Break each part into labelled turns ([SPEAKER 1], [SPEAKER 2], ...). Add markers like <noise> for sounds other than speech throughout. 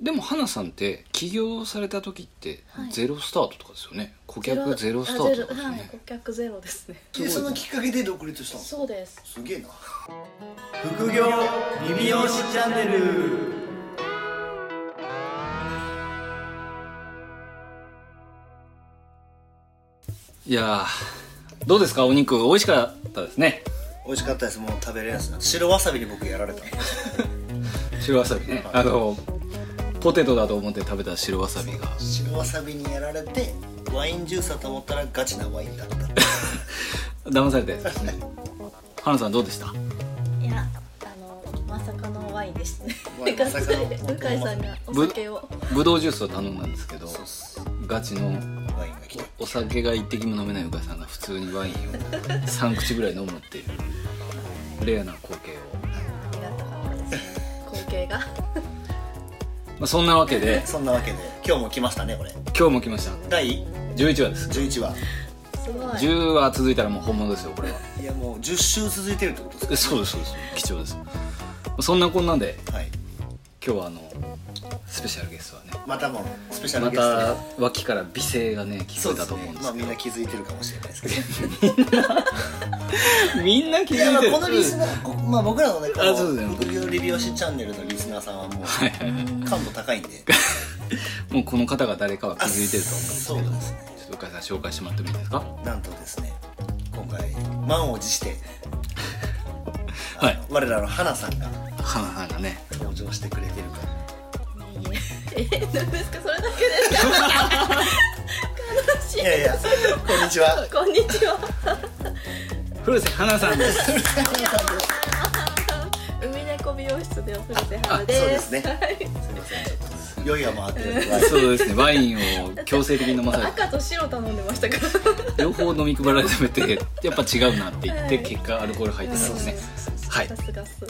[SPEAKER 1] でも花さんって起業された時って
[SPEAKER 2] はい
[SPEAKER 1] ゼロスタートとかですよね、顧客ゼロスタートとかですよ
[SPEAKER 2] あゼロはい
[SPEAKER 1] ね
[SPEAKER 2] 顧客ゼロですね
[SPEAKER 1] すごい
[SPEAKER 3] でそのきっかけで独立したんですか
[SPEAKER 2] そうです
[SPEAKER 3] すげえな
[SPEAKER 4] 副業リビオシチャンネル
[SPEAKER 1] いやーどうですかお肉美味しかったですね
[SPEAKER 3] 美味しかったですもう食べれないです白わさびに僕やられた
[SPEAKER 1] 白わさびね、あのポテトだと思って食べた白わさびが
[SPEAKER 3] 白わさびにやられてワインジュースだと思ったらガチな <laughs> ワインだった
[SPEAKER 1] 騙されて花さんどうでした
[SPEAKER 2] いやあのまさかのワインでしたね
[SPEAKER 3] ワイン
[SPEAKER 2] でかつ
[SPEAKER 3] まさかの
[SPEAKER 2] 向井さんがお酒を
[SPEAKER 1] ぶどうジュースを頼んだんですけどガチの
[SPEAKER 3] ワインが来た
[SPEAKER 1] お酒が一滴も飲めないうがいさんが普通にワインを3口
[SPEAKER 2] <laughs>
[SPEAKER 1] ぐらい飲むっていうレアな光景を、
[SPEAKER 2] ありがたかったですね光景が
[SPEAKER 1] まあ、そんなわけで
[SPEAKER 3] そんなわけで今日も来ましたねこれ
[SPEAKER 1] 今日も来ました
[SPEAKER 3] 第
[SPEAKER 1] 11話です
[SPEAKER 3] 11話
[SPEAKER 2] すごい
[SPEAKER 1] 10話続いたらもう本物ですよこれはい
[SPEAKER 3] やもう10週続いてるってことですか
[SPEAKER 1] え <laughs> そうですそうです貴重ですそんなこんなんで
[SPEAKER 3] はい
[SPEAKER 1] 今日はあのスペシャルゲストはね
[SPEAKER 3] またもうスペシャル
[SPEAKER 1] ま
[SPEAKER 3] ゲストで
[SPEAKER 1] た脇から美声がね聞こえたと思うんで
[SPEAKER 3] まあ
[SPEAKER 1] すけ
[SPEAKER 3] みんな気づいてるかもしれないですけど
[SPEAKER 1] どみんな気
[SPEAKER 3] いやまあ
[SPEAKER 1] づいて
[SPEAKER 3] このリスナーこまあ僕らのねこの
[SPEAKER 1] あそうですね
[SPEAKER 3] 副業リビオシチャンネルのリスナーさんはもう感度高いんで
[SPEAKER 1] <laughs> もうこの方が誰かは気づいてると思
[SPEAKER 3] そうで
[SPEAKER 1] う
[SPEAKER 3] すね
[SPEAKER 1] んですちょっとうかいさん紹介してもらってもいいですか
[SPEAKER 3] なんとですね今回満を持してあの
[SPEAKER 1] はい
[SPEAKER 3] 我らの花さんが
[SPEAKER 1] はなはなね
[SPEAKER 3] 登場してくれてるから
[SPEAKER 2] え何ですかそれだけですか <laughs>
[SPEAKER 3] い
[SPEAKER 2] 悲しい
[SPEAKER 3] やいやこんにちは
[SPEAKER 2] こんにちは
[SPEAKER 1] 古瀬花さんです
[SPEAKER 2] 海猫美容室でお古瀬花
[SPEAKER 3] そう
[SPEAKER 2] で
[SPEAKER 3] ですすねすいませんちょっと酔いが回ってるんで
[SPEAKER 1] そうですねワインを強制的に飲まされて
[SPEAKER 2] 赤と白頼んでましたから
[SPEAKER 1] 両方飲み配られててやっぱ違うなって言って結果アルコール入ってたんですねはい
[SPEAKER 2] ガスガス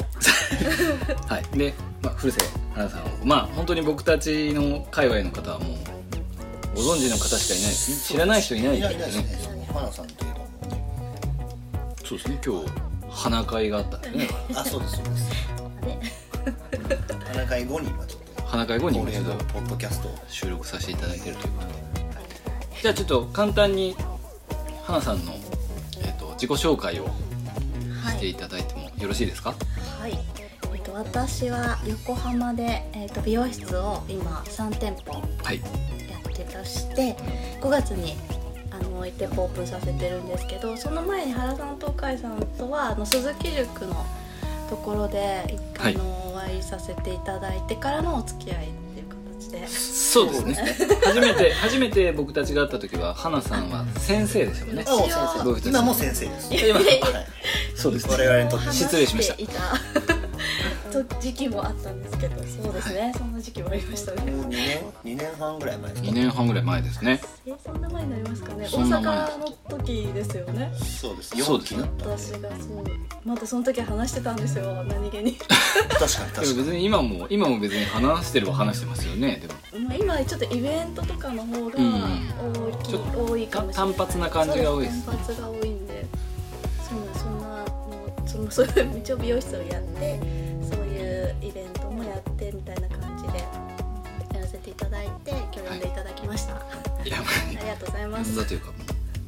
[SPEAKER 1] はい、で、まあ、古瀬花さんをまあ本当に僕たちの界隈の方はもうご存知の方しかいないですね知らない人いない
[SPEAKER 3] い
[SPEAKER 1] で
[SPEAKER 3] な
[SPEAKER 1] す
[SPEAKER 3] い
[SPEAKER 1] よ
[SPEAKER 3] です
[SPEAKER 1] ね
[SPEAKER 3] ね花さんといえばもうね
[SPEAKER 1] そうですね今日花会があったんでね
[SPEAKER 3] あそうですそうです
[SPEAKER 2] ね
[SPEAKER 3] 花会後に今ちょっと
[SPEAKER 1] 花会後に
[SPEAKER 3] 恒
[SPEAKER 1] もう
[SPEAKER 3] 例
[SPEAKER 1] 一
[SPEAKER 3] の
[SPEAKER 1] 度
[SPEAKER 3] ポッドキャストを
[SPEAKER 1] 収録させていただいてるということでじゃあちょっと簡単に花さんの、えっと自己紹介を
[SPEAKER 2] は
[SPEAKER 1] して
[SPEAKER 2] い
[SPEAKER 1] いただいてもよろしいですか、
[SPEAKER 2] はい、えっと、私は横浜で、えっと、美容室を今3店舗や
[SPEAKER 1] はい
[SPEAKER 2] ってたして5月にあの1店舗オープンさせてるんですけどその前に原さんと海さんとはあの鈴木塾のところで一回あのお会いさせていただいてからのお付き合いっていう形で
[SPEAKER 1] そうですね初めて初めて僕たちが会った時は花さんは先生ですよね
[SPEAKER 3] あもう先生今も先生です
[SPEAKER 1] 今
[SPEAKER 2] <laughs>
[SPEAKER 3] はい
[SPEAKER 1] そうです
[SPEAKER 3] 我々にとって
[SPEAKER 1] 失礼しました
[SPEAKER 2] 話 <laughs> していた時期もあったんですけどそうですねそんな時期もありましたね
[SPEAKER 3] もう2年2年半ぐらい前です
[SPEAKER 1] 2
[SPEAKER 3] か
[SPEAKER 1] 年半ぐらい前ですね
[SPEAKER 2] えそんな前になりますかね大
[SPEAKER 1] そんな前
[SPEAKER 2] 阪の時ですよね
[SPEAKER 3] そうです
[SPEAKER 1] そう
[SPEAKER 3] 4
[SPEAKER 1] です
[SPEAKER 3] 期
[SPEAKER 1] ね
[SPEAKER 3] だったんで
[SPEAKER 2] 私がそうまたその時話してたんですよ
[SPEAKER 1] <laughs>
[SPEAKER 2] 何気に
[SPEAKER 3] 確かに
[SPEAKER 1] でも
[SPEAKER 3] 確か
[SPEAKER 1] 別に今も今も別に話してれば話してますよねでも
[SPEAKER 2] まあ今ちょっとイベントとかの方が
[SPEAKER 1] うん
[SPEAKER 2] 多い,、
[SPEAKER 1] ちょっと
[SPEAKER 2] 多いかもしれな
[SPEAKER 1] 単
[SPEAKER 2] い
[SPEAKER 1] 発な感じが多いです
[SPEAKER 2] そう単発が多いんでそうなんそんなもうその <laughs> そういう一応美容室をやってそういうイベントもやってみたいな感じでやらせていただいて今日呼んでいただきました、
[SPEAKER 1] いやま
[SPEAKER 2] ありがとうござい
[SPEAKER 1] あ
[SPEAKER 2] ます
[SPEAKER 1] だというかもう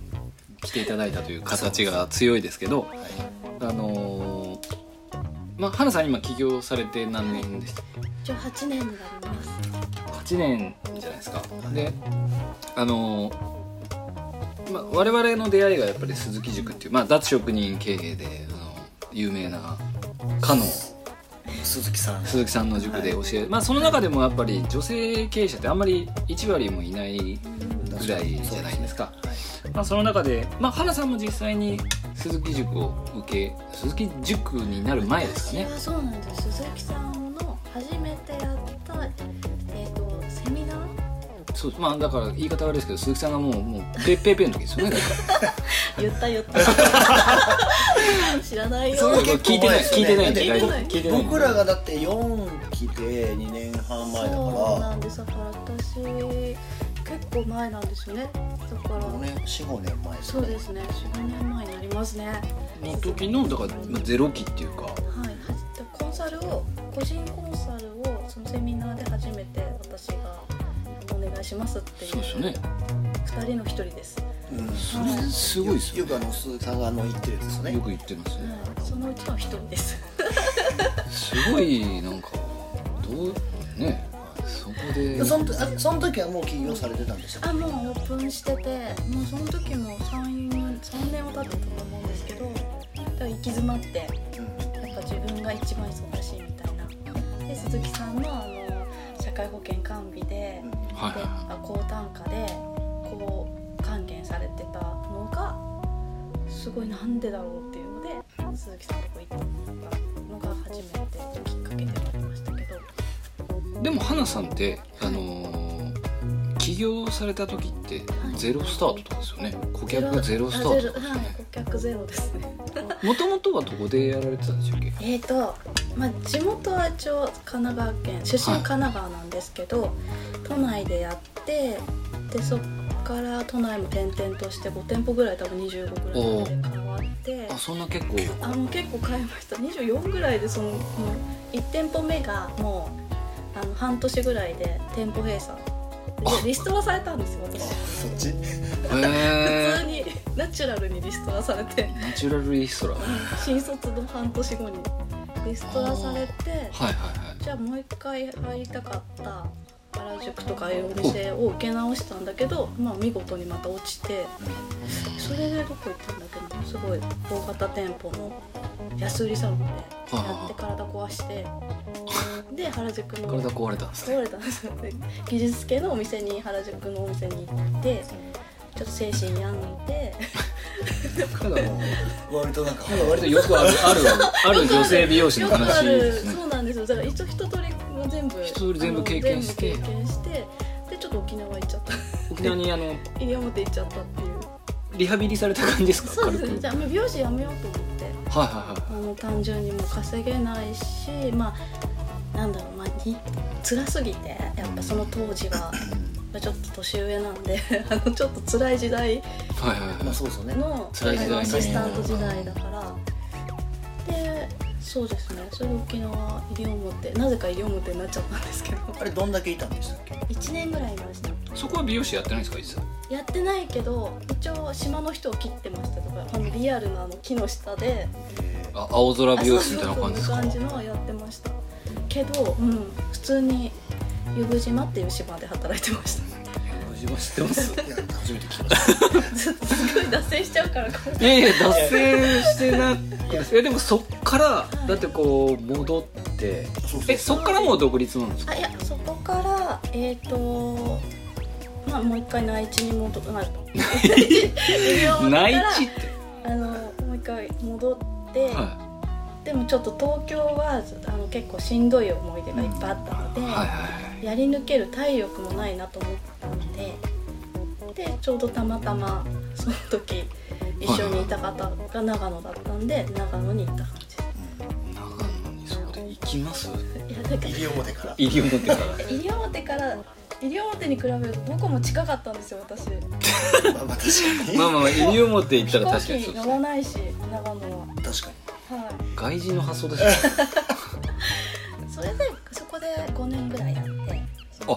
[SPEAKER 1] 来ていただいたという形が強いですけど
[SPEAKER 3] に
[SPEAKER 1] あのーまあ花さん今起業されて何年でした
[SPEAKER 2] 一応8年になります
[SPEAKER 1] 8年じゃないですかであのーまあ、我々の出会いがやっぱり鈴木塾っていう、まあ、脱職人経営であの有名なかの
[SPEAKER 3] 鈴木さん
[SPEAKER 1] 鈴木さんの塾で教え、まあ、その中でもやっぱり女性経営者ってあんまり1割もいないぐらいじゃないですかまあ、その中で、まあ、原さんも実際に鈴木塾を受け鈴木塾になる前ですかね
[SPEAKER 2] 私はそうなんです鈴木さんの初めてやった、えー、とセミナー
[SPEAKER 1] そうまあだから言い方悪いですけど鈴木さんがもうもうペッペーペーの時ですよねだから
[SPEAKER 2] 言った言った
[SPEAKER 1] <laughs>
[SPEAKER 2] 知らないよ
[SPEAKER 3] それは結構
[SPEAKER 1] 聞いてない
[SPEAKER 3] 前ですよね
[SPEAKER 1] 聞いてないんで
[SPEAKER 3] だって
[SPEAKER 2] 大丈夫
[SPEAKER 1] 聞いてない
[SPEAKER 3] 僕らがだって4期で2年半前だ
[SPEAKER 2] そう
[SPEAKER 3] か、
[SPEAKER 2] なんですだから私結構前なんですよねだからら
[SPEAKER 3] ね、45年前です
[SPEAKER 2] そうですね4年前になりますねはい
[SPEAKER 1] の時のだからまあゼロ期っていうか
[SPEAKER 2] はじコンサルを個人コンサルをそのセミナーで初めてしますっていう
[SPEAKER 1] そうですよね
[SPEAKER 2] 2人の1人です、は
[SPEAKER 3] うん
[SPEAKER 1] それすごいです
[SPEAKER 3] よ
[SPEAKER 1] よ,、
[SPEAKER 3] くあの鈴木さんがあの言ってるやつです
[SPEAKER 1] ね、
[SPEAKER 3] ね
[SPEAKER 1] よく言ってますね
[SPEAKER 2] い、そのうちの1人です
[SPEAKER 1] すごいなんかどうねそこで
[SPEAKER 3] その時あその時はもう起業されてたんですよ
[SPEAKER 2] あもうオープンしててもうその時も3年3年は経ってたと思うんですけどだから行き詰まってやっぱ自分が一番忙しいみたいなで鈴木さんのあの社会保険完備で
[SPEAKER 1] は
[SPEAKER 2] で
[SPEAKER 1] いは
[SPEAKER 2] あ高単価でこう還元されてたのがすごいなんでだろうっていうので鈴木さんのとこ行ったのが初めてきっかけではありましたけど
[SPEAKER 1] いでも花さんってあのー起業された時って
[SPEAKER 2] はい
[SPEAKER 1] ゼロスタートとかですよね顧客がゼロスタ
[SPEAKER 2] あ
[SPEAKER 1] ー
[SPEAKER 2] ゼ
[SPEAKER 1] ト
[SPEAKER 2] ロはい顧客ゼロですね
[SPEAKER 1] もともとはどこでやられてたんでしたっけ
[SPEAKER 2] えーとまあ、地元は一応神奈川県出身
[SPEAKER 1] はい
[SPEAKER 2] 神奈川なんですけど、都内でやってでそっから都内も転々として5店舗ぐらい多分25ぐらいまで変わって
[SPEAKER 1] あそんな結 <laughs> 構
[SPEAKER 2] あもう結構変えました24ぐらいでそのもう1店舗目がもうあの半年ぐらいで店舗閉鎖
[SPEAKER 1] あ
[SPEAKER 2] でリストラされたんですよ私
[SPEAKER 3] そっち
[SPEAKER 1] へ
[SPEAKER 2] 普通
[SPEAKER 1] え
[SPEAKER 2] にナチュラルにリストラされて
[SPEAKER 1] ナチュラルリストラはい
[SPEAKER 2] 新卒の半年後にリストラされて
[SPEAKER 1] はいはい
[SPEAKER 2] じゃあもう一回入りたかった原宿とかいうお店を受け直したんだけど、まあ、見事にまた落ちてそれでどこ行ったんだっけどすごい大型店舗の安売りサロンでやって体壊してで原宿の
[SPEAKER 1] 体壊れたんですね
[SPEAKER 2] 壊れたんです <laughs> よね技術系のお店に原宿のお店に行ってちょっと精神病んで
[SPEAKER 1] ただもう
[SPEAKER 3] 割となんか
[SPEAKER 1] 割とよくあるあるあ
[SPEAKER 2] <laughs>
[SPEAKER 1] る女性美容師の
[SPEAKER 2] よくあ
[SPEAKER 1] 話で
[SPEAKER 2] る
[SPEAKER 1] すね
[SPEAKER 2] そうなんですよだから一応一通りも全部
[SPEAKER 1] 一通り全部経験して
[SPEAKER 2] あの全部経験してでちょっと沖縄行っちゃった
[SPEAKER 1] 沖縄にあの
[SPEAKER 2] 西表行っちゃったっていう
[SPEAKER 1] リハビリされた感じですか
[SPEAKER 2] そう
[SPEAKER 1] 軽
[SPEAKER 2] で
[SPEAKER 1] く
[SPEAKER 2] すねじゃあもう美容師辞めようと思って
[SPEAKER 1] はいはいは
[SPEAKER 2] あの単純にもう稼げないしまあなんだろうまあに辛すぎてやっぱその当時はまあちょっと年上なんで <laughs> あのちょっと辛い時代
[SPEAKER 1] いはいはい
[SPEAKER 3] ま
[SPEAKER 1] は
[SPEAKER 3] あ
[SPEAKER 1] い
[SPEAKER 3] そうですよね
[SPEAKER 2] の
[SPEAKER 1] 辛い時代ね
[SPEAKER 2] あのアシスタント時代だからでそうですねそれで沖縄西表なぜか西表になっちゃったんですけど <laughs>
[SPEAKER 3] あれどんだけいたんでしたっけ
[SPEAKER 2] 1年ぐらいいました
[SPEAKER 1] そこは美容師やってないんですか一切
[SPEAKER 2] やってないけど一応島の人を切ってましたとかあのリアルなあの木の下で
[SPEAKER 1] あ青空美容室みたいな感じです
[SPEAKER 2] あ
[SPEAKER 1] か
[SPEAKER 2] そうそうそういう感じのやってましたけど、うん、普通に湯布島っていう島で働いてました <laughs>
[SPEAKER 1] <laughs> 自分は知ってます
[SPEAKER 3] いや初めて聞きまし
[SPEAKER 2] ちょっとすごい脱線しちゃうからこれ
[SPEAKER 1] いやいや脱線してなくていやでもそっからだってこう戻って
[SPEAKER 3] たそうそう
[SPEAKER 1] えそっからもう独立なんですか
[SPEAKER 2] あいやそこからえっ、ー、とまあもう一回内地に戻っ
[SPEAKER 1] 内地って
[SPEAKER 2] 内地地あのもう一回戻って、
[SPEAKER 1] は
[SPEAKER 2] でもちょっと東京はあの結構しんどい思い出がいっぱいあったので、
[SPEAKER 1] いはいはい
[SPEAKER 2] やり抜ける体力もないなと思ったんででちょうどたまたまその時一緒にいた方が長野だったんで長野に行った感じ
[SPEAKER 1] 長野にそこで行きます
[SPEAKER 2] いやだから
[SPEAKER 3] 西表から
[SPEAKER 1] 入り表から
[SPEAKER 2] 西表から西表に比べるとどこも近かったんですよ私飛
[SPEAKER 3] まあまあ確かに
[SPEAKER 1] まあまあ入り表行ったら
[SPEAKER 2] 行
[SPEAKER 1] 確かにそ
[SPEAKER 2] 機
[SPEAKER 1] うです
[SPEAKER 2] 乗らないし長野は
[SPEAKER 3] 確かに
[SPEAKER 2] は
[SPEAKER 1] 外人の発想ですね
[SPEAKER 2] いそれでそこで5年ぐらいやって
[SPEAKER 1] あ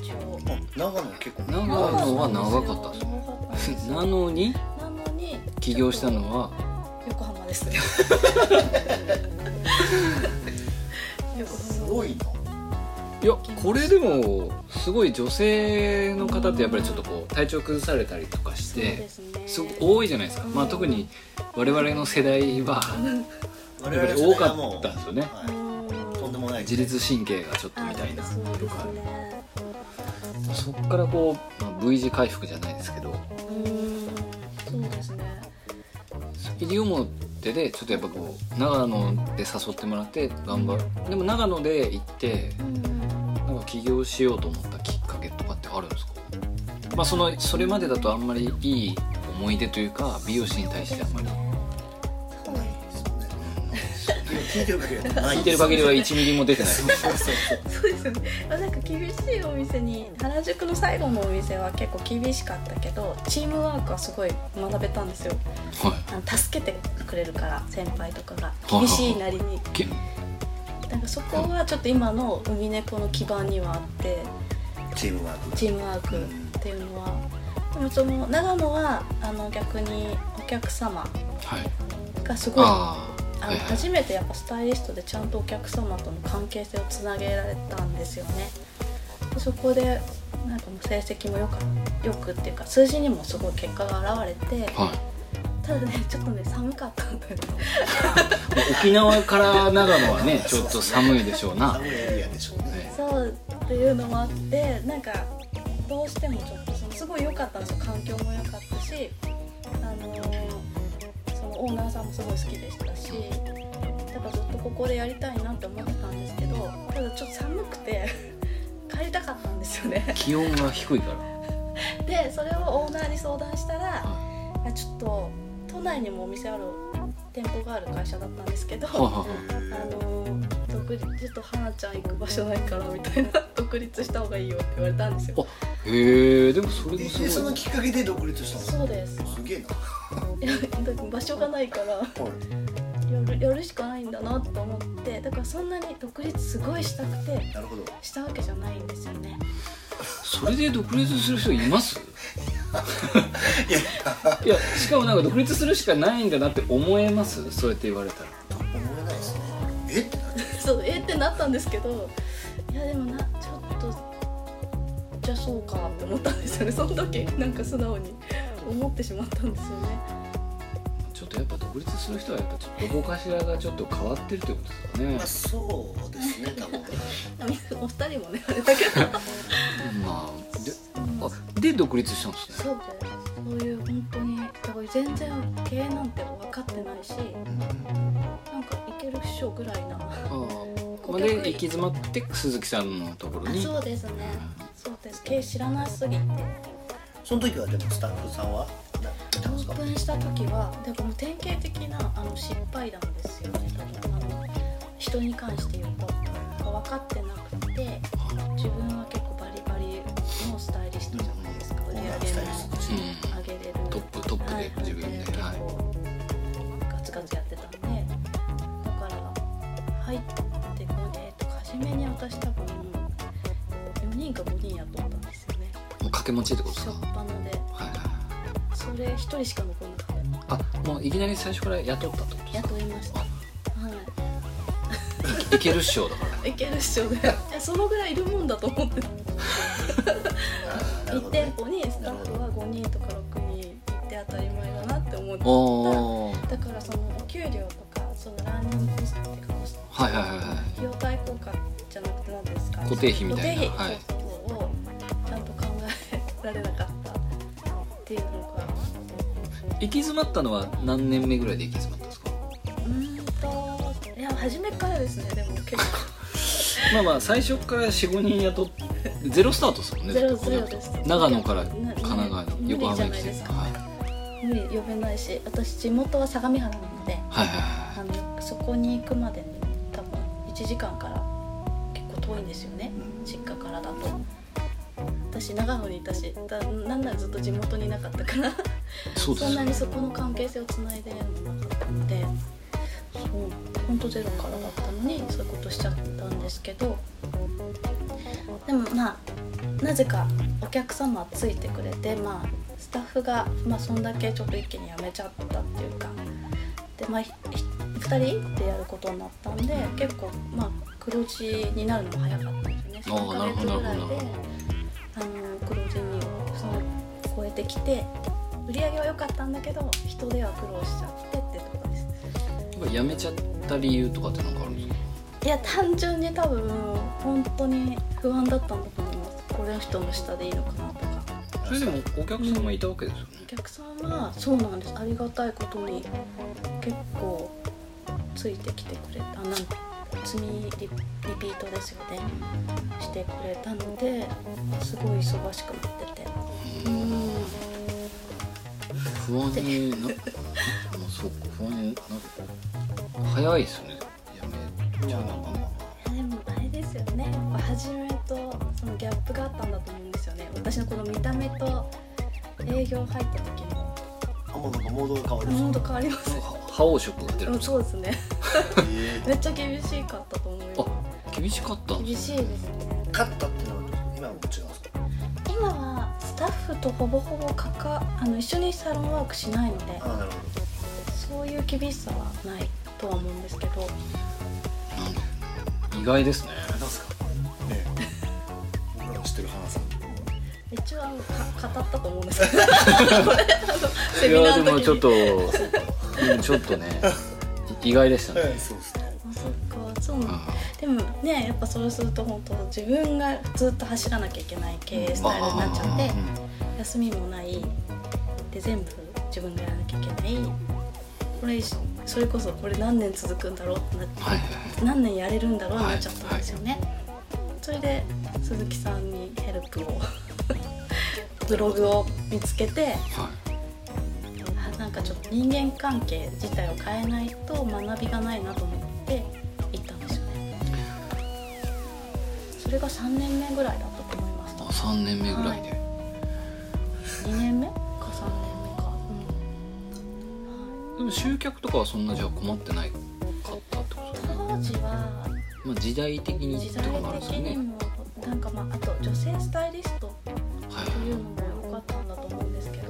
[SPEAKER 2] 一応
[SPEAKER 3] あ長野結構ね
[SPEAKER 1] 長野は長かったです
[SPEAKER 2] 長かったんですよ
[SPEAKER 1] <laughs> なのに
[SPEAKER 2] なのに
[SPEAKER 1] 起業した
[SPEAKER 2] <laughs>
[SPEAKER 1] のは
[SPEAKER 2] 横浜ですね横浜
[SPEAKER 3] すごいの
[SPEAKER 1] いやこれでもすごい女性の方ってやっぱりちょっとこう体調崩されたりとかし
[SPEAKER 2] そうで
[SPEAKER 1] て
[SPEAKER 2] すね
[SPEAKER 1] すごく多いじゃないですか、まあ、特に我々の世代は
[SPEAKER 3] 我
[SPEAKER 1] やっぱり多
[SPEAKER 3] 々の世代は
[SPEAKER 1] か
[SPEAKER 3] も
[SPEAKER 1] っ
[SPEAKER 3] う
[SPEAKER 1] たんですよね
[SPEAKER 3] は
[SPEAKER 2] う
[SPEAKER 3] い
[SPEAKER 2] ん
[SPEAKER 3] とんでもない
[SPEAKER 1] 自律神経がちょっとみたいな
[SPEAKER 2] あそうです
[SPEAKER 1] とか
[SPEAKER 2] ね
[SPEAKER 1] そっからこう、まあ V 字回復じゃないですけど
[SPEAKER 2] うんそうですね
[SPEAKER 1] 西表でちょっとやっぱこう長野で誘ってもらって頑張るでも長野で行って
[SPEAKER 2] うん
[SPEAKER 1] なんか起業しようと思ったきっかけとかってあるんですか、まあ、そのそれまでだとあんまりいい思い出というか美容師に対してあんまり
[SPEAKER 3] ないですよね聞いてる限りはない
[SPEAKER 1] 聞いてる限りは1ミリも出てない
[SPEAKER 3] そうそうそう
[SPEAKER 2] そうですよねあなんか厳しいお店に原宿の最後のお店は結構厳しかったけどチームワークはすごい学べたんですよ
[SPEAKER 1] はい
[SPEAKER 2] あの助けてくれるから先輩とかが厳しいなりに
[SPEAKER 1] け
[SPEAKER 2] なんかそこはちょっと今の海猫の基盤にはあって
[SPEAKER 3] チームワーク
[SPEAKER 2] チームワークっていうのは、でもその長野はあの逆にお客様
[SPEAKER 1] はい
[SPEAKER 2] がすごいあ
[SPEAKER 1] ああ
[SPEAKER 2] の、
[SPEAKER 1] はいはい
[SPEAKER 2] 初めてやっぱスタイリストでちゃんとお客様との関係性をつなげられたんですよねでそこでなんかもう成績もよかよくっていうか数字にもすごい結果が現れて
[SPEAKER 1] はい
[SPEAKER 2] ただねちょっとね寒かったんだよね
[SPEAKER 1] 沖縄から長野はねちょっと寒いでしょうな
[SPEAKER 3] 寒いエリアでしょうね
[SPEAKER 2] そうっていうのもあってなんかどうしてもちょっとそのすごい良かったんですよ環境も良かったし、あのーそのオーナーさんもすごい好きでしたしだからずっとここでやりたいなって思ってたんですけどただちょっと寒くて帰りたかったんですよね
[SPEAKER 1] 気温が低いから
[SPEAKER 2] でそれをオーナーに相談したらあちょっと都内にもお店ある店舗がある会社だったんですけど
[SPEAKER 1] はあは
[SPEAKER 2] あの独立ちょっと花ちゃん行く場所ないからみたいな <laughs> 独立した方がいいよって言われたんですよ
[SPEAKER 1] ああへえでもそれ
[SPEAKER 3] で
[SPEAKER 1] も
[SPEAKER 3] ですそ
[SPEAKER 1] ご
[SPEAKER 3] の
[SPEAKER 1] い
[SPEAKER 3] きっかけで独立した
[SPEAKER 2] そうです
[SPEAKER 3] のすげえなはい
[SPEAKER 2] やだから場所がないからやるやるしかないんだなと思ってだからそんなに独立すごいしたくて
[SPEAKER 3] いなるほど
[SPEAKER 2] したわけじゃないんですよね <laughs>
[SPEAKER 1] それで独立する人います
[SPEAKER 3] いや
[SPEAKER 1] いやしかもなんか独立するしかないんだなって思えますそうやって言われたら
[SPEAKER 3] 思えないですねえってなっちゃ
[SPEAKER 2] そうえってなったんですけどいやでもなちょっとじゃあそうかって思ったんですよねその時なんか素直に思ってしまったんですよね
[SPEAKER 1] ちょっとやっぱ独立する人はやっぱちょっとどこかしらがちょっと変わってるってことですか
[SPEAKER 3] う
[SPEAKER 1] ね
[SPEAKER 3] まあそうですね多分
[SPEAKER 2] お二人もねあれだけど
[SPEAKER 1] まあであで独立したんですね
[SPEAKER 2] そうですそういう本当にだから全然経営なんて分かってないしなんかいけるっしょぐらいな
[SPEAKER 1] あ
[SPEAKER 2] あ
[SPEAKER 1] あまあで行き詰まって鈴木さんのところに
[SPEAKER 2] そうですねそうです経営知らなすぎて
[SPEAKER 3] その時はでもスタッフさんはな
[SPEAKER 2] オ
[SPEAKER 3] いたんですか
[SPEAKER 2] ープンした時はでもう典型的なあの失敗談ですよねあの人に関して言うと分かってなくて自分は結構バリバリのスタイリストじゃないですか売り上げも
[SPEAKER 3] スタイリストですね
[SPEAKER 1] う
[SPEAKER 2] 上げれる
[SPEAKER 1] んトップトップで自分で
[SPEAKER 2] 結
[SPEAKER 1] はい
[SPEAKER 2] 構ガツガツやってたんでだから入ってこねと初めに私多分4人か5人やとったんですよね
[SPEAKER 1] もう掛け持ちってことです
[SPEAKER 2] 初
[SPEAKER 1] か
[SPEAKER 2] っ端で
[SPEAKER 1] はいはいはい
[SPEAKER 2] それ1人しか残んなかっ
[SPEAKER 1] あもういきなり最初から雇ったってこと
[SPEAKER 2] た雇いましたは
[SPEAKER 1] ですいけるっしょだから
[SPEAKER 2] いいけるっしょねいやそのぐらいいるもんだと思って1店
[SPEAKER 3] なるほどね
[SPEAKER 2] 舗にスタッフは5人とか6人いて当たり前だなって思って
[SPEAKER 1] おー
[SPEAKER 2] だからそのお給料とかそのランニングコストっていうかコスト
[SPEAKER 1] はいはいはいはい
[SPEAKER 2] 費用対効果じゃなくて何ですか
[SPEAKER 1] 固定費みたいな
[SPEAKER 2] 固定費そうそうをちゃんと考えられなかったっていうのが
[SPEAKER 1] 行き詰まったのは何年目ぐらいで行き詰まったんですか
[SPEAKER 2] うーんといや初めからですねでも結構
[SPEAKER 1] まあまあ最初から45人雇ってゼロスタートですもんね
[SPEAKER 2] ゼロ
[SPEAKER 1] だってこれ
[SPEAKER 2] ゼロです
[SPEAKER 1] 長野から神
[SPEAKER 2] な
[SPEAKER 1] 奈川の
[SPEAKER 2] 無理
[SPEAKER 1] 横浜に来
[SPEAKER 2] 無理じゃない
[SPEAKER 1] て
[SPEAKER 2] ですか
[SPEAKER 1] はい
[SPEAKER 2] 無理呼べないし私地元は相模原なので
[SPEAKER 1] はいはい
[SPEAKER 2] あ
[SPEAKER 1] は
[SPEAKER 2] のそこに行くまでに多分1時間から結構遠いんですよね実家からだと私長野にいたしだなんならずっと地元にいなかったから
[SPEAKER 1] いそうで
[SPEAKER 2] そん
[SPEAKER 1] すよ
[SPEAKER 2] なに
[SPEAKER 1] ね
[SPEAKER 2] そこの関係性をつないでるのなかったのでそう本当ゼロからだったのにそういうことしちゃったんですけどでもまあなぜかお客様はついてくれて、まあ、スタッフが、まあ、そんだけちょっと一気に辞めちゃったっていうかで、まあ、ひひ2人でやることになったんで結構まあ黒字になるのも早かったんですよ
[SPEAKER 1] あ
[SPEAKER 2] ね
[SPEAKER 1] ーなる
[SPEAKER 2] 3ヶ
[SPEAKER 1] ほど
[SPEAKER 2] 月ぐらい
[SPEAKER 1] なるほ
[SPEAKER 2] で
[SPEAKER 1] ど
[SPEAKER 2] あの黒字にその超えてきて売り上げは良かったんだけど人では苦労しちゃってってとこです
[SPEAKER 1] やっぱ辞めちゃった理由とかってなんかあるんですか
[SPEAKER 2] いや単純に多分本当に不安だったんだと思いますこれの人の下でいいのかなとか
[SPEAKER 1] それでもお客様いたわけですよね
[SPEAKER 2] お客さんはそうなんですありがたいことに結構ついてきてくれたなん積みリリピートですよねしてくれたのですごい忙しくなっててうん
[SPEAKER 1] 不安になまあそうか不安になる早いですね辞めちゃうのかな
[SPEAKER 2] でもあれですよねやっぱ初めとそのギャップがあったんだと思うんですよね私のこの見た目と営業入った時の
[SPEAKER 3] あもうなんかモードが変わるんです
[SPEAKER 2] 本当変わります
[SPEAKER 1] 覇王色が出るん
[SPEAKER 2] うん
[SPEAKER 1] です
[SPEAKER 2] そうですね
[SPEAKER 3] かへ
[SPEAKER 2] めっちゃ厳しかったと思いま
[SPEAKER 1] あ厳しかったんです
[SPEAKER 2] 厳しいですね
[SPEAKER 3] え勝ったってのは今も違うんですか
[SPEAKER 2] タッフとほぼほぼかかあの一緒にサロンワークしないので
[SPEAKER 3] ああなるほど
[SPEAKER 2] そういう厳しさはないとは思うんですけど
[SPEAKER 1] 意外ですね
[SPEAKER 3] どうすかねえ <laughs> 僕らの知ってる花さん
[SPEAKER 2] 一応あのか語ったと思うんですけどこれ <laughs> あのセ
[SPEAKER 1] い
[SPEAKER 2] ミナ
[SPEAKER 1] や
[SPEAKER 2] ー
[SPEAKER 1] でも
[SPEAKER 2] の
[SPEAKER 1] ち
[SPEAKER 2] 時
[SPEAKER 1] ょっ
[SPEAKER 2] に
[SPEAKER 1] とうんちょっとね意外でしたね、
[SPEAKER 3] ええそうですね
[SPEAKER 2] あそっかそう
[SPEAKER 1] う
[SPEAKER 2] なん
[SPEAKER 1] ん
[SPEAKER 2] だでもねやっぱそうすると本当自分がずっと走らなきゃいけない経営スタイルになっちゃって休みもないで全部自分がやらなきゃいけないこれそれこそこれ何年続くんだろうってなって、
[SPEAKER 1] はいはい
[SPEAKER 2] 何年やれるんだろうに
[SPEAKER 1] はい
[SPEAKER 2] なっちゃったんですよね、それで鈴木さんにヘルプをブログを見つけて
[SPEAKER 1] はい
[SPEAKER 2] あなんかちょっと人間関係自体を変えないと学びがないなと思って行ったんですよねそれが3年目ぐらいだったと思います
[SPEAKER 1] あ3年目ぐらいで、
[SPEAKER 2] 2年目か3年目かうん
[SPEAKER 1] でも集客とかはそんなじゃあ困ってないかったってことですね、
[SPEAKER 2] 当時は
[SPEAKER 1] まあ、時代的に
[SPEAKER 2] 時
[SPEAKER 1] と
[SPEAKER 2] 代
[SPEAKER 1] かもあるんで
[SPEAKER 2] 的
[SPEAKER 1] すよ
[SPEAKER 2] に
[SPEAKER 1] ね
[SPEAKER 2] もなんかまああと女性スタイリスト
[SPEAKER 1] はい
[SPEAKER 2] というのも良かったんだと思うんですけど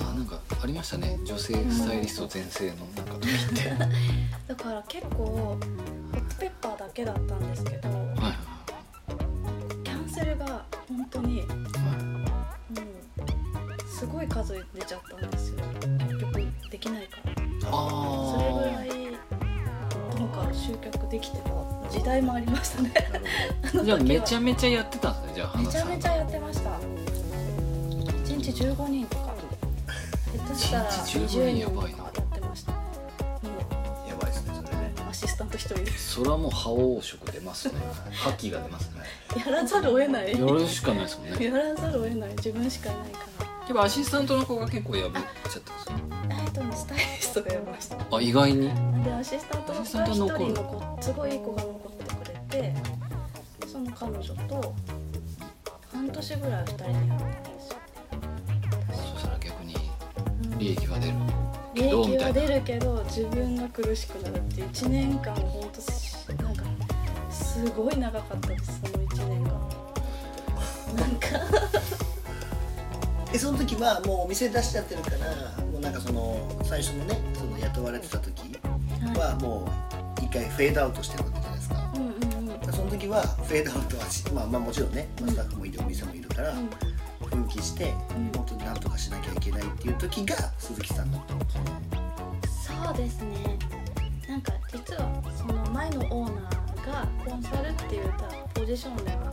[SPEAKER 1] あなんかありましたね女性スタイリスト全盛のなんか時って、はい
[SPEAKER 2] だから結構ホットペッパーだけだったんですけど
[SPEAKER 1] はい
[SPEAKER 2] キャンセルが本当に
[SPEAKER 1] は
[SPEAKER 2] うんすごい数出ちゃったんですよ結局できないからそれぐら
[SPEAKER 1] い
[SPEAKER 2] いなんか集客できてた時代もありましたね
[SPEAKER 3] なる
[SPEAKER 1] ああじゃあめちゃめちゃやってたんですねじゃあ
[SPEAKER 2] め
[SPEAKER 1] 花
[SPEAKER 2] ちゃ
[SPEAKER 1] さん
[SPEAKER 2] めちゃやってました1日15人とか下手したら
[SPEAKER 1] 一日15人
[SPEAKER 2] 20人
[SPEAKER 1] や
[SPEAKER 2] とか
[SPEAKER 1] ばいな
[SPEAKER 2] やってましたも
[SPEAKER 3] ほどやばいですねそれね
[SPEAKER 2] うアシスタント1人で
[SPEAKER 1] それはもう覇王色出ますね覇気が出ますね
[SPEAKER 2] やらざるを得ない
[SPEAKER 1] やるしかないですもんね
[SPEAKER 2] やらざるを得ない自分しかいないから
[SPEAKER 1] でもアシスタントの子が結構やめちゃったんですよ
[SPEAKER 2] えっとスタイリストがやりました
[SPEAKER 1] あ意外に
[SPEAKER 2] でアシスタントの子が一人残っすごいいい子が残ってくれてその彼女と半年ぐらい二人でやったんですよ
[SPEAKER 1] そしたら逆に
[SPEAKER 2] うん
[SPEAKER 1] 利益が出る
[SPEAKER 2] 利
[SPEAKER 1] どうみ
[SPEAKER 2] 益
[SPEAKER 1] た
[SPEAKER 2] はい
[SPEAKER 1] な
[SPEAKER 2] 出るけど自分が苦しくなるっていう1年間ほんとしなんかすごい長かったですその1年間なんか
[SPEAKER 3] えその時はもうお店出しちゃってるからもうなんかその最初のねその雇われてた時
[SPEAKER 2] <laughs>
[SPEAKER 3] はもう一回フェードアウトしてるわけじゃないですか
[SPEAKER 2] うんうんうんうん
[SPEAKER 3] その時はフェードアウトはし、まあ、まあもちろんね
[SPEAKER 2] うん
[SPEAKER 3] スタッフもいてお店もいるから奮起して本当になんとかしなきゃいけないっていう時が鈴木さんの
[SPEAKER 2] そうですねなんか実はその前のオーナーがコンサルっていうポジションでは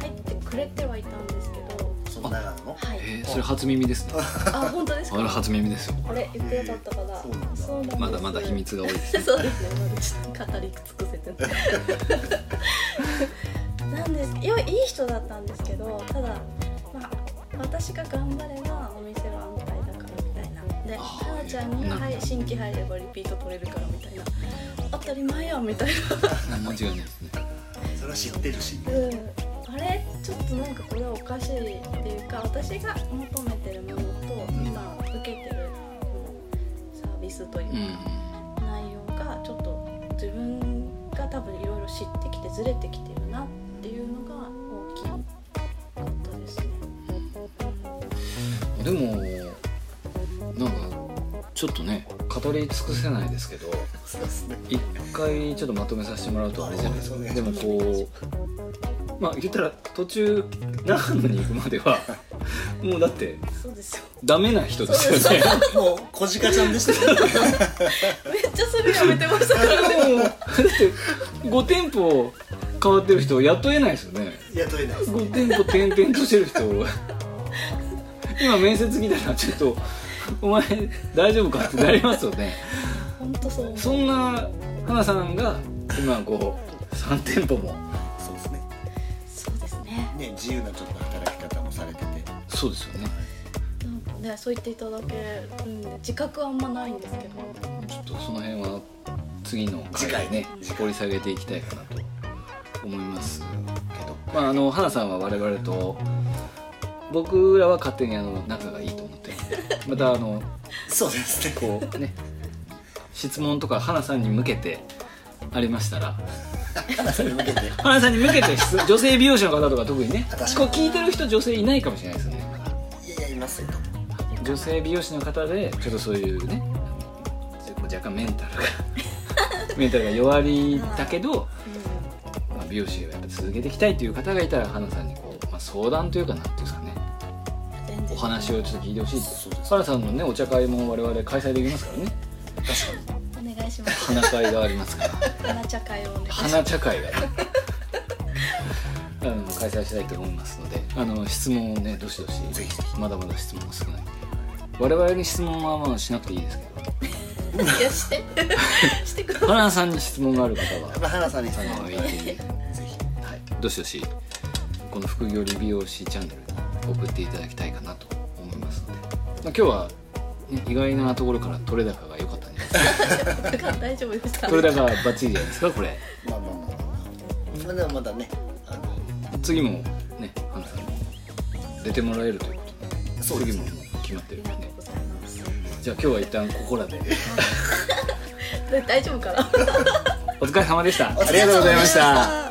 [SPEAKER 2] 入ってくれてはいたんですけど
[SPEAKER 3] その長野の
[SPEAKER 2] はい
[SPEAKER 1] えー、それ初耳ですね
[SPEAKER 2] あ本当です
[SPEAKER 1] あれ
[SPEAKER 2] か
[SPEAKER 1] 初耳ですよ
[SPEAKER 2] これ言ってよかったか
[SPEAKER 3] へ
[SPEAKER 2] ら
[SPEAKER 3] ーそうなんだ
[SPEAKER 1] ま
[SPEAKER 2] うなんです
[SPEAKER 1] だまだ秘密が多いですね
[SPEAKER 2] <laughs> そうですねまだちょっと語り尽くせてないなんですいやいい人だったんですけどただまあ私が頑張ればお店は安泰だからみたいなで
[SPEAKER 1] あー
[SPEAKER 2] はなちゃんに、
[SPEAKER 1] なるほど
[SPEAKER 2] はい、新規入ればリピート取れるからみたいな当たり前やんみたいな
[SPEAKER 1] <laughs> 間違いないですね
[SPEAKER 3] それは知ってるし
[SPEAKER 2] うんあれちょっとなんかこれはおかしいっていうか私が求めてるものと
[SPEAKER 3] うん
[SPEAKER 2] 今受けてるサービスとい
[SPEAKER 1] う
[SPEAKER 2] う
[SPEAKER 1] ん
[SPEAKER 2] か内容がちょっと自分が多分いろいろ知ってきてずれてきてるなっていうのが大きかったですね。
[SPEAKER 1] でもなんかちょっとね語り尽くせないですけど
[SPEAKER 3] そうですね
[SPEAKER 1] 一回ちょっとまとめさせてもらうとあれじゃないですか
[SPEAKER 3] そうね
[SPEAKER 1] でもこうまあ言ったら途中長野に行くまで <laughs> はもうだって
[SPEAKER 2] そうですよ。
[SPEAKER 1] ダメな人ですよね
[SPEAKER 3] もう小鹿ちゃんで <laughs> したよね
[SPEAKER 2] めっちゃそれやめてましたから
[SPEAKER 1] もうだって5店舗変わってる人を雇えないですよね
[SPEAKER 3] 雇えないです
[SPEAKER 1] 5店舗転々としてる人を今面接来たらちょっとお前大丈夫かってなりますよね
[SPEAKER 2] 本当そう思う。
[SPEAKER 1] そんな花さんが今こう3店舗も
[SPEAKER 3] そうですね
[SPEAKER 2] そうですね。
[SPEAKER 3] ね自由なちょっと働き方もされてて
[SPEAKER 1] そうですよね
[SPEAKER 2] なんかねそう言っていただけ、うん、自覚はあんまないんですけど。
[SPEAKER 1] ちょっとその辺は次の
[SPEAKER 3] 次
[SPEAKER 1] 回
[SPEAKER 3] 回
[SPEAKER 1] でね
[SPEAKER 3] 次回
[SPEAKER 1] 掘り下げていきたいかなと思いますけどまああの花さんは我々と僕らは勝手にあの仲がいいと思ってまたあの
[SPEAKER 3] そうですね
[SPEAKER 1] こうね質問とか花さんに向けてありましたら
[SPEAKER 3] 花さんに向けて
[SPEAKER 1] 花さんに向けて質女性美容師の方とか特にね
[SPEAKER 3] 確かに
[SPEAKER 1] こう聞いてる人女性いないかもしれないですよね
[SPEAKER 3] いやますと
[SPEAKER 1] 女性美容師の方でちょっとそういうねちょっと若干メンタルがメンタルが弱りだけど、まあ、美容師をやっぱ続けていきたいという方がいたら花さんにこう、まあ、相談というかなんていうんですかね
[SPEAKER 2] 全然
[SPEAKER 1] お話をちょっと聞いてほしい
[SPEAKER 3] そうです
[SPEAKER 1] 花さんのねお茶会も我々開催できますからね
[SPEAKER 2] お願いします
[SPEAKER 1] 花会があります
[SPEAKER 3] <laughs>
[SPEAKER 1] から
[SPEAKER 2] 花茶会をお願いします
[SPEAKER 1] 花茶会がねあの開催したいと思いますのであの質問をねどしどし
[SPEAKER 3] ぜひぜ
[SPEAKER 1] まだまだ質問が少ない我々に質問はまあしなくていいですけど
[SPEAKER 2] いやしてしてください
[SPEAKER 1] 花さんに質問がある方
[SPEAKER 3] ま
[SPEAKER 1] は
[SPEAKER 3] あ花さんに質問
[SPEAKER 1] あ
[SPEAKER 3] を
[SPEAKER 1] の
[SPEAKER 3] ぜ
[SPEAKER 1] いて、
[SPEAKER 3] ひ
[SPEAKER 1] はい、どしどしこの副業理美容師チャンネルに送っていただきたいかなと思いますので、まあ、今日は、ね、意外なところから取れ高が良かったんじゃないで
[SPEAKER 3] <laughs>
[SPEAKER 1] すか
[SPEAKER 2] 大丈夫ですか
[SPEAKER 1] 取れ高はバッチリじゃないですかこれ
[SPEAKER 3] まあまあまあまあまあでもまだねあの
[SPEAKER 1] 次もね花さんも出てもらえるということで
[SPEAKER 3] そうで
[SPEAKER 1] 次
[SPEAKER 3] す
[SPEAKER 1] ももう決まってるんでね
[SPEAKER 2] ございます
[SPEAKER 1] じゃあ今日は一旦ここらで
[SPEAKER 2] 大丈夫かな
[SPEAKER 1] お疲れ様でした
[SPEAKER 3] ありがとうございました